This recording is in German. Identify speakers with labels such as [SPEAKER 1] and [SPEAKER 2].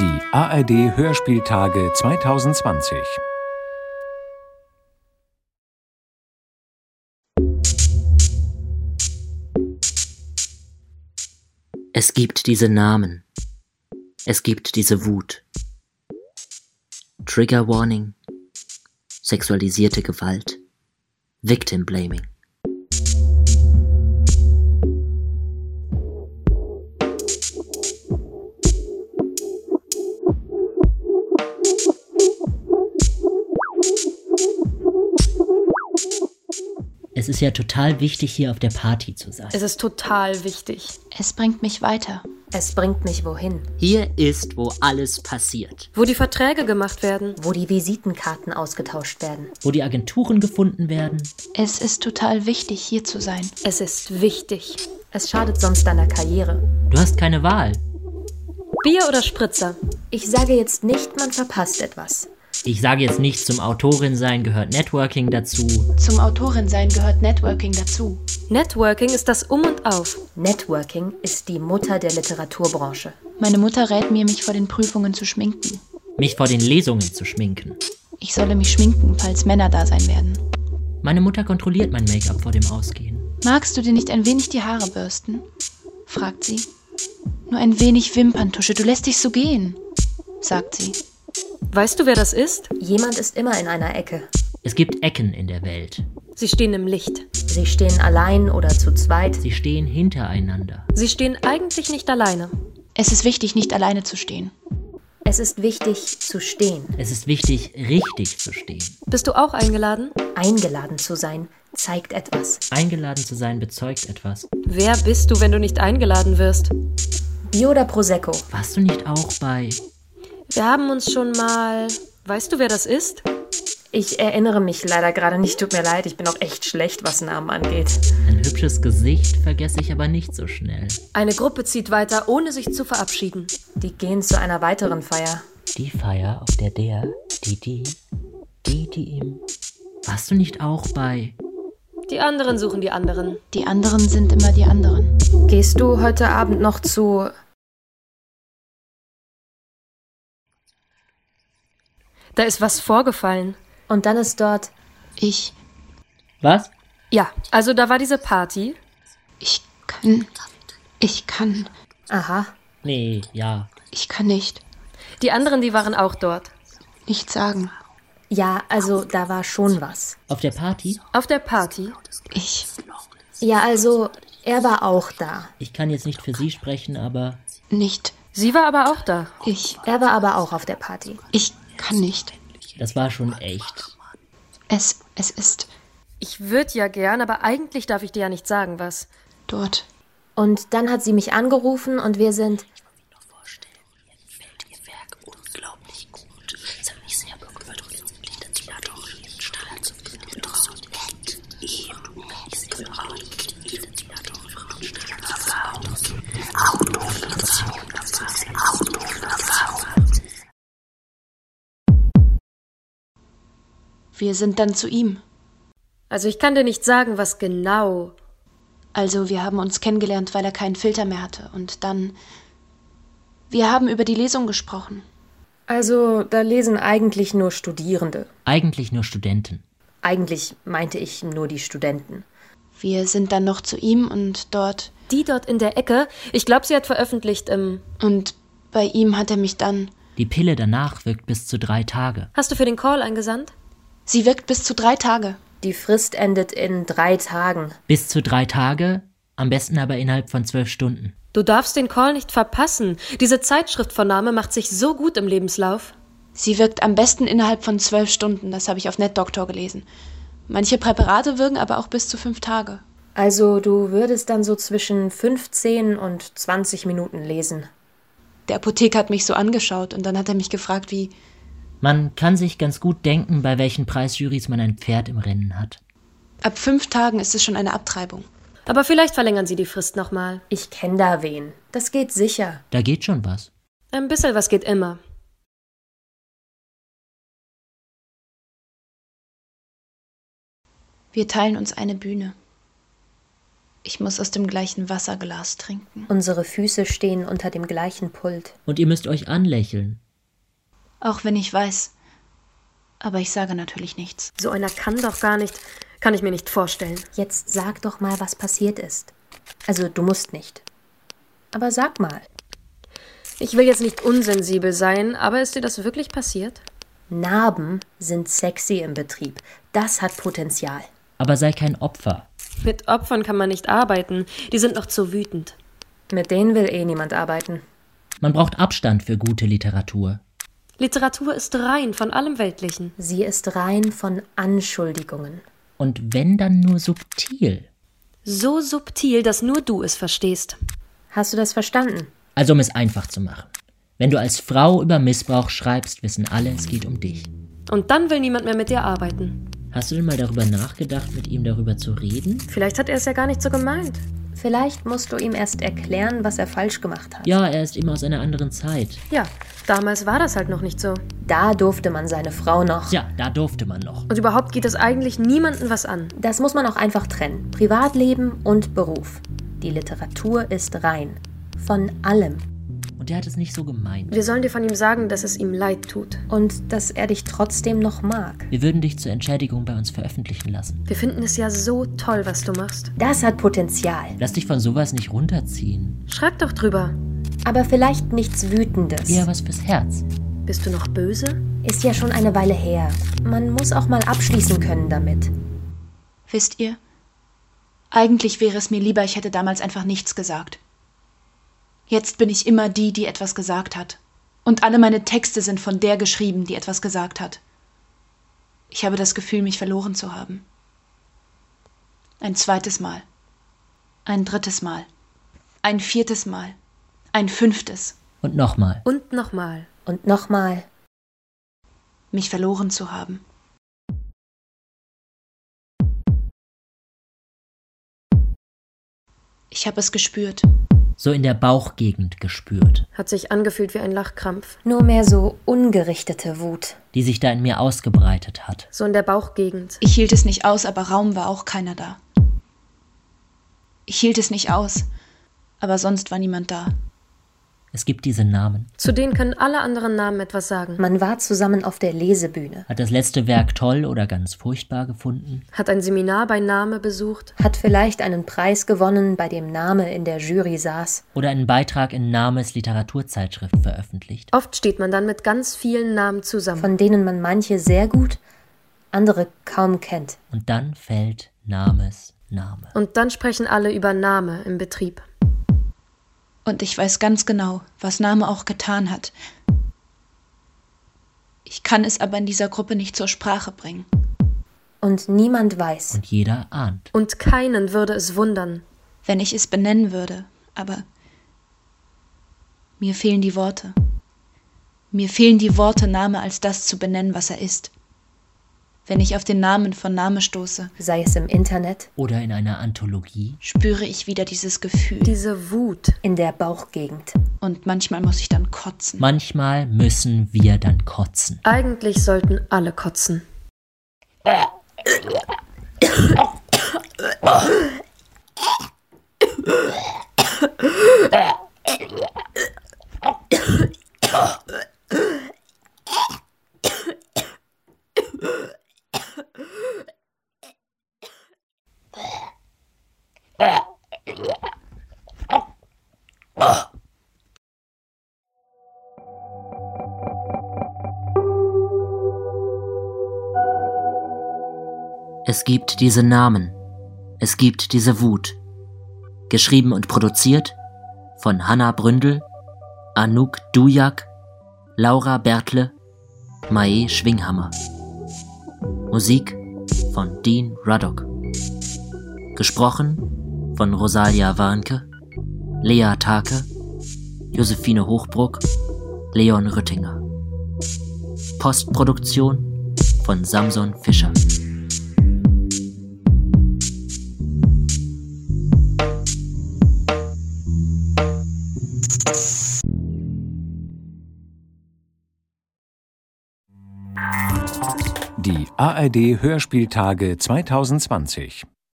[SPEAKER 1] Die ARD Hörspieltage 2020.
[SPEAKER 2] Es gibt diese Namen. Es gibt diese Wut. Trigger Warning. Sexualisierte Gewalt. Victim Blaming. Es ist ja total wichtig, hier auf der Party zu sein.
[SPEAKER 3] Es ist total wichtig.
[SPEAKER 4] Es bringt mich weiter.
[SPEAKER 5] Es bringt mich wohin?
[SPEAKER 2] Hier ist, wo alles passiert.
[SPEAKER 3] Wo die Verträge gemacht werden.
[SPEAKER 5] Wo die Visitenkarten ausgetauscht werden.
[SPEAKER 2] Wo die Agenturen gefunden werden.
[SPEAKER 4] Es ist total wichtig, hier zu sein.
[SPEAKER 3] Es ist wichtig.
[SPEAKER 5] Es schadet sonst deiner Karriere.
[SPEAKER 2] Du hast keine Wahl.
[SPEAKER 3] Bier oder Spritzer?
[SPEAKER 5] Ich sage jetzt nicht, man verpasst etwas.
[SPEAKER 2] Ich sage jetzt nicht, zum Autorin sein gehört Networking dazu.
[SPEAKER 4] Zum Autorinsein gehört Networking dazu.
[SPEAKER 3] Networking ist das Um und Auf.
[SPEAKER 5] Networking ist die Mutter der Literaturbranche.
[SPEAKER 4] Meine Mutter rät mir, mich vor den Prüfungen zu schminken.
[SPEAKER 2] Mich vor den Lesungen zu schminken.
[SPEAKER 4] Ich solle mich schminken, falls Männer da sein werden.
[SPEAKER 2] Meine Mutter kontrolliert mein Make-up vor dem Ausgehen.
[SPEAKER 4] Magst du dir nicht ein wenig die Haare bürsten? fragt sie. Nur ein wenig Wimperntusche, du lässt dich so gehen, sagt sie.
[SPEAKER 3] Weißt du, wer das ist?
[SPEAKER 5] Jemand ist immer in einer Ecke.
[SPEAKER 2] Es gibt Ecken in der Welt.
[SPEAKER 3] Sie stehen im Licht.
[SPEAKER 5] Sie stehen allein oder zu zweit.
[SPEAKER 2] Sie stehen hintereinander.
[SPEAKER 3] Sie stehen eigentlich nicht alleine.
[SPEAKER 4] Es ist wichtig, nicht alleine zu stehen.
[SPEAKER 5] Es ist wichtig zu stehen,
[SPEAKER 2] Es ist wichtig, richtig zu stehen.
[SPEAKER 3] Bist du auch eingeladen?
[SPEAKER 5] eingeladen zu sein, zeigt etwas.
[SPEAKER 2] Eingeladen zu sein bezeugt etwas.
[SPEAKER 3] Wer bist du, wenn du nicht eingeladen wirst?
[SPEAKER 5] Bier oder Prosecco?
[SPEAKER 2] Warst du nicht auch bei...
[SPEAKER 3] Wir haben uns schon mal. Weißt du, wer das ist?
[SPEAKER 5] Ich erinnere mich leider gerade nicht, tut mir leid, ich bin auch echt schlecht, was Namen angeht.
[SPEAKER 2] Ein hübsches Gesicht vergesse ich aber nicht so schnell.
[SPEAKER 3] Eine Gruppe zieht weiter, ohne sich zu verabschieden.
[SPEAKER 5] Die gehen zu einer weiteren Feier.
[SPEAKER 2] Die Feier, auf der der, die, die, die, die ihm... Warst du nicht auch bei...
[SPEAKER 3] Die anderen suchen die anderen.
[SPEAKER 4] Die anderen sind immer die anderen.
[SPEAKER 5] Gehst du heute Abend noch zu.
[SPEAKER 3] Da ist was vorgefallen.
[SPEAKER 5] Und dann ist dort.
[SPEAKER 4] Ich,
[SPEAKER 2] Was?
[SPEAKER 3] Ja, also da war diese Party.
[SPEAKER 4] ich kann, ich kann,
[SPEAKER 5] Aha.
[SPEAKER 2] Nee, ja.
[SPEAKER 4] ich kann nicht,
[SPEAKER 3] Die anderen, die waren auch dort.
[SPEAKER 4] nicht sagen.
[SPEAKER 5] Ja, also da war schon was.
[SPEAKER 2] Auf der Party?
[SPEAKER 3] Auf der Party.
[SPEAKER 4] Ich,
[SPEAKER 5] Ja, also er war auch da.
[SPEAKER 2] Ich kann jetzt nicht für sie sprechen, aber...
[SPEAKER 4] nicht,
[SPEAKER 3] Sie war aber auch da.
[SPEAKER 4] ich,
[SPEAKER 5] Er war aber auch auf der Party.
[SPEAKER 4] ich kann nicht.
[SPEAKER 2] Das war schon echt.
[SPEAKER 4] Es, es ist
[SPEAKER 3] Ich würde ja gern, aber eigentlich darf ich dir ja nicht sagen, was.
[SPEAKER 4] dort.
[SPEAKER 5] Und dann hat sie mich angerufen und wir sind.
[SPEAKER 4] Wir sind dann zu ihm.
[SPEAKER 3] Also ich kann dir nicht sagen, was genau.
[SPEAKER 4] Also wir haben uns kennengelernt, weil er keinen Filter mehr hatte. Und dann. Wir haben über die Lesung gesprochen.
[SPEAKER 5] Also, da lesen eigentlich nur Studierende.
[SPEAKER 2] Eigentlich nur Studenten.
[SPEAKER 5] Eigentlich meinte ich nur die Studenten.
[SPEAKER 4] Wir sind dann noch zu ihm und dort.
[SPEAKER 3] Die dort in der Ecke, ich glaube, sie hat veröffentlicht ähm, im.
[SPEAKER 4] Und bei ihm hat er mich dann.
[SPEAKER 2] Die Pille danach wirkt bis zu drei Tage.
[SPEAKER 3] Hast du für den Call eingesandt?
[SPEAKER 4] Sie wirkt bis zu drei Tage.
[SPEAKER 5] Die Frist endet in drei Tagen.
[SPEAKER 2] Bis zu drei Tage, am besten aber innerhalb von zwölf Stunden.
[SPEAKER 3] Du darfst den Call nicht verpassen. Diese Zeitschriftvorname macht sich so gut im Lebenslauf.
[SPEAKER 4] Sie wirkt am besten innerhalb von zwölf Stunden, das habe ich auf NetDoctor gelesen. Manche Präparate wirken aber auch bis zu fünf Tage.
[SPEAKER 5] Also, du würdest dann so zwischen 15 und 20 Minuten lesen.
[SPEAKER 4] Der Apotheker hat mich so angeschaut und dann hat er mich gefragt, wie.
[SPEAKER 2] Man kann sich ganz gut denken, bei welchen Preisjurys man ein Pferd im Rennen hat.
[SPEAKER 4] Ab fünf Tagen ist es schon eine Abtreibung.
[SPEAKER 3] Aber vielleicht verlängern sie die Frist nochmal.
[SPEAKER 5] Ich kenne da wen. Das geht sicher.
[SPEAKER 2] Da geht schon was.
[SPEAKER 3] Ein bisschen was geht immer.
[SPEAKER 4] Wir teilen uns eine Bühne. Ich muss aus dem gleichen Wasserglas trinken.
[SPEAKER 5] Unsere Füße stehen unter dem gleichen Pult.
[SPEAKER 2] Und ihr müsst euch anlächeln.
[SPEAKER 4] Auch wenn ich weiß. Aber ich sage natürlich nichts.
[SPEAKER 3] So einer kann doch gar nicht. Kann ich mir nicht vorstellen.
[SPEAKER 5] Jetzt sag doch mal, was passiert ist. Also, du musst nicht. Aber sag mal.
[SPEAKER 3] Ich will jetzt nicht unsensibel sein, aber ist dir das wirklich passiert?
[SPEAKER 5] Narben sind sexy im Betrieb. Das hat Potenzial.
[SPEAKER 2] Aber sei kein Opfer.
[SPEAKER 3] Mit Opfern kann man nicht arbeiten. Die sind noch zu wütend.
[SPEAKER 6] Mit denen will eh niemand arbeiten.
[SPEAKER 2] Man braucht Abstand für gute Literatur.
[SPEAKER 3] Literatur ist rein von allem Weltlichen.
[SPEAKER 5] Sie ist rein von Anschuldigungen.
[SPEAKER 2] Und wenn dann nur subtil.
[SPEAKER 3] So subtil, dass nur du es verstehst.
[SPEAKER 5] Hast du das verstanden?
[SPEAKER 2] Also um es einfach zu machen. Wenn du als Frau über Missbrauch schreibst, wissen alle, es geht um dich.
[SPEAKER 3] Und dann will niemand mehr mit dir arbeiten.
[SPEAKER 2] Hast du denn mal darüber nachgedacht, mit ihm darüber zu reden?
[SPEAKER 3] Vielleicht hat er es ja gar nicht so gemeint.
[SPEAKER 5] Vielleicht musst du ihm erst erklären, was er falsch gemacht hat.
[SPEAKER 2] Ja, er ist immer aus einer anderen Zeit.
[SPEAKER 3] Ja, damals war das halt noch nicht so.
[SPEAKER 5] Da durfte man seine Frau noch.
[SPEAKER 2] Ja, da durfte man noch.
[SPEAKER 3] Und überhaupt geht es eigentlich niemandem was an.
[SPEAKER 5] Das muss man auch einfach trennen. Privatleben und Beruf. Die Literatur ist rein. Von allem.
[SPEAKER 2] Und er hat es nicht so gemeint.
[SPEAKER 3] Wir sollen dir von ihm sagen, dass es ihm leid tut.
[SPEAKER 5] Und dass er dich trotzdem noch mag.
[SPEAKER 2] Wir würden dich zur Entschädigung bei uns veröffentlichen lassen.
[SPEAKER 3] Wir finden es ja so toll, was du machst.
[SPEAKER 5] Das hat Potenzial.
[SPEAKER 2] Lass dich von sowas nicht runterziehen.
[SPEAKER 3] Schreib doch drüber.
[SPEAKER 5] Aber vielleicht nichts Wütendes.
[SPEAKER 2] Eher was fürs Herz.
[SPEAKER 3] Bist du noch böse?
[SPEAKER 5] Ist ja schon eine Weile her. Man muss auch mal abschließen können damit.
[SPEAKER 4] Wisst ihr? Eigentlich wäre es mir lieber, ich hätte damals einfach nichts gesagt. Jetzt bin ich immer die, die etwas gesagt hat. Und alle meine Texte sind von der geschrieben, die etwas gesagt hat. Ich habe das Gefühl, mich verloren zu haben. Ein zweites Mal. Ein drittes Mal. Ein viertes Mal. Ein fünftes.
[SPEAKER 2] Und nochmal.
[SPEAKER 3] Und nochmal.
[SPEAKER 5] Und nochmal.
[SPEAKER 4] Mich verloren zu haben. Ich habe es gespürt.
[SPEAKER 2] So in der Bauchgegend gespürt,
[SPEAKER 3] Hat sich angefühlt wie ein Lachkrampf.
[SPEAKER 5] Nur mehr so ungerichtete Wut.
[SPEAKER 2] die sich da in mir ausgebreitet hat.
[SPEAKER 3] So in der Bauchgegend.
[SPEAKER 4] Ich hielt es nicht aus, aber Raum war auch keiner da. Ich hielt es nicht aus, aber sonst war niemand da.
[SPEAKER 2] Es gibt diese Namen.
[SPEAKER 3] Zu denen können alle anderen Namen etwas sagen.
[SPEAKER 5] Man war zusammen auf der Lesebühne,
[SPEAKER 2] Hat das letzte Werk toll oder ganz furchtbar gefunden?
[SPEAKER 3] Hat ein Seminar bei Name besucht.
[SPEAKER 5] hat vielleicht einen Preis gewonnen, bei dem Name in der Jury saß.
[SPEAKER 2] Oder einen Beitrag in Names Literaturzeitschrift veröffentlicht?
[SPEAKER 3] Oft steht man dann mit ganz vielen Namen zusammen.
[SPEAKER 5] von denen man manche sehr gut, andere kaum kennt.
[SPEAKER 2] Und dann fällt Names Name.
[SPEAKER 3] Und dann sprechen alle über Name im Betrieb.
[SPEAKER 4] Und ich weiß ganz genau, was Name auch getan hat. Ich kann es aber in dieser Gruppe nicht zur Sprache bringen.
[SPEAKER 5] Und niemand weiß.
[SPEAKER 2] Und jeder ahnt.
[SPEAKER 3] Und keinen würde es wundern.
[SPEAKER 4] wenn ich es benennen würde, aber mir fehlen die Worte. Mir fehlen die Worte, Name als das zu benennen, was er ist. Wenn ich auf den Namen von Name stoße,
[SPEAKER 5] Sei es im Internet,
[SPEAKER 2] Oder in einer Anthologie.
[SPEAKER 4] spüre ich wieder dieses Gefühl.
[SPEAKER 3] Diese Wut.
[SPEAKER 5] in der Bauchgegend.
[SPEAKER 4] Und manchmal muss ich dann kotzen.
[SPEAKER 2] Manchmal müssen wir dann kotzen.
[SPEAKER 3] Eigentlich sollten alle kotzen.
[SPEAKER 7] Es gibt diese Namen. Es gibt diese Wut. Geschrieben und produziert von Hanna Bründel, Anouk Dujak, Laura Bertle, Mae Schwinghammer. Musik von Dean Ruddock. Gesprochen von Rosalia Warnke, Lea Take, Josephine Hochbruck, Leon Rüttinger. Postproduktion von Samson Fischer.
[SPEAKER 1] Die ARD Hörspieltage 2020.